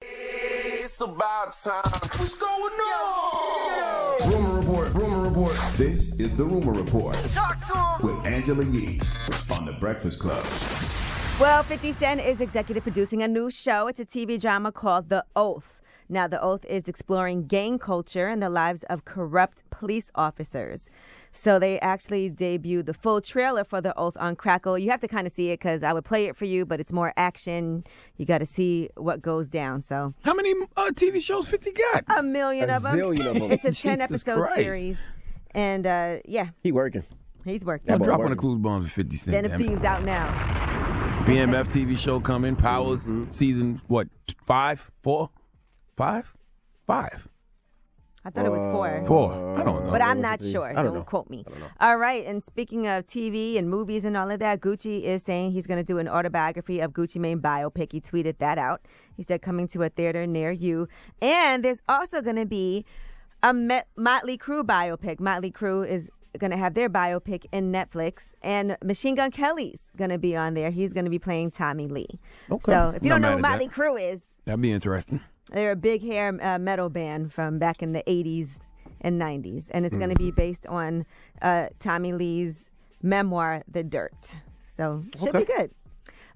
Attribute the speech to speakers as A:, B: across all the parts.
A: It's about time.
B: What's going on?
C: Rumor report, rumor report.
D: This is the Rumor Report
B: Talk to him.
D: with Angela Yee on The Breakfast Club.
E: Well, 50 Cent is executive producing a new show. It's a TV drama called The Oath. Now, The Oath is exploring gang culture and the lives of corrupt police officers. So, they actually debuted the full trailer for The Oath on Crackle. You have to kind of see it because I would play it for you, but it's more action. You got to see what goes down. So,
F: How many uh, TV shows 50 got?
E: a million
G: A
E: of them.
G: zillion of 'em.
E: it's a 10
F: Jesus
E: episode
F: Christ.
E: series. And uh, yeah,
G: He working.
E: he's
F: I'm
E: working.
G: boy
F: dropping the
G: working.
F: clues bombs at 50 Cent.
E: Then
F: damn
E: of
F: it.
E: Thieves out now.
F: BMF TV show coming. Powers season, what, five, four, five, five,
E: I thought it was four.
F: four. I don't know.
E: But I'm not sure.
G: don't
E: Don't,
G: know.
E: quote me. All right. And speaking of TV and movies and all of that, Gucci is saying he's going to do an autobiography of Gucci Mane biopic. He tweeted that out. He said, coming to a theater near you. And there's also going to be a Met- Motley Crue biopic. Motley Crue is going to have their biopic in Netflix. And Machine Gun Kelly's going to be on there. He's going to be playing Tommy Lee.
G: Okay.
E: So if you don't
F: Not
E: know who
F: mad at that.
E: Motley Crue is,
F: That'd be interesting.
E: they're a big hair uh, metal band from back in the 80s and 90s, and it's going to be based on uh, Tommy Lee's memoir, The Dirt. So, should be good.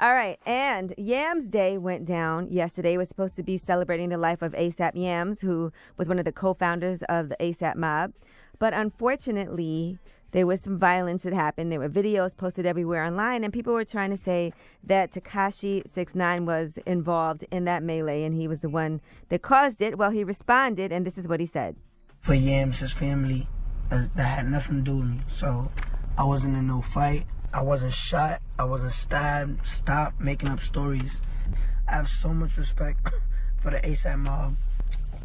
E: All right, and Yams Day went down yesterday. It was supposed to be celebrating the life of ASAP Yams, who was one of the co founders of the ASAP Mob. But unfortunately, there was some violence that happened. There were videos posted everywhere online, and people were trying to say that Takashi 69 was involved in that melee, and he was the one that caused it. Well, he responded, and this is what he said.
H: for Yams, his family, uh, that had nothing to do with me. So I wasn't in no fight. I wasn't shot. I wasn't stabbed. Stop making up stories. I have so much respect for the ASAP mob.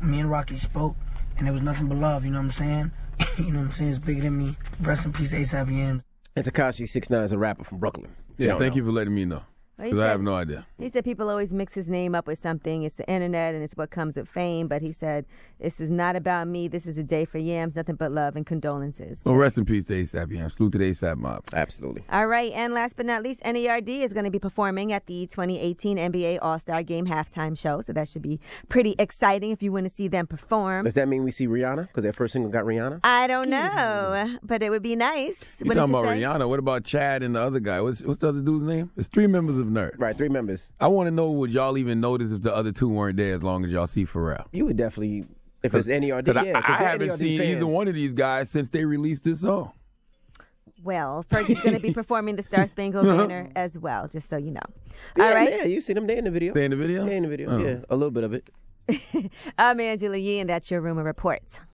H: Me and Rocky spoke, and there was nothing but love, you know what I'm saying? you know what I'm saying? It's bigger than me. Rest in peace, ASAP Yams.
G: And Takashi 69 is a rapper from Brooklyn.
F: Yeah, thank you for letting me know.
E: Well, he
F: Because I
E: said-
F: have no idea.
E: He said people always mix his name up with something. It's the internet and it's what comes with fame. But he said, This is not about me. This is a day for yams, nothing but love and condolences.
F: Well, rest in peace to ASAP. Yeah, salute to the ASAP mob.
G: Absolutely.
E: All right, and last but not least, NERD is going to be performing at the 2018 NBA All Star Game halftime show. So that should be pretty exciting if you want to see them perform.
G: Does that mean we see Rihanna? Because their first single got Rihanna?
E: I don't know, but it would be nice.
F: You
E: wouldn't
F: talking about
E: say?
F: Rihanna? What about Chad and the other guy? What's what's the other dude's name? It's three members of Nerd.
G: Right, three members.
F: I want to know would y'all even notice if the other two weren't there as long as y'all see Pharrell.
G: You would definitely, if it's NERD,
F: Because
G: yeah. 'cause
F: I, I
G: they're
F: haven't
G: NERD
F: seen either
G: fans.
F: one of these guys since they released this song.
E: Well, Fergie's going to be performing the Star Spangled
F: Uh-huh.
E: Banner as well, just so you know.
G: Yeah,
E: All right.
G: yeah, you seen them. They in the video.
F: They in the video?
G: They in the video,
F: Oh.
G: yeah. A little bit of it.
E: I'm Angela Yee, and that's your rumor report.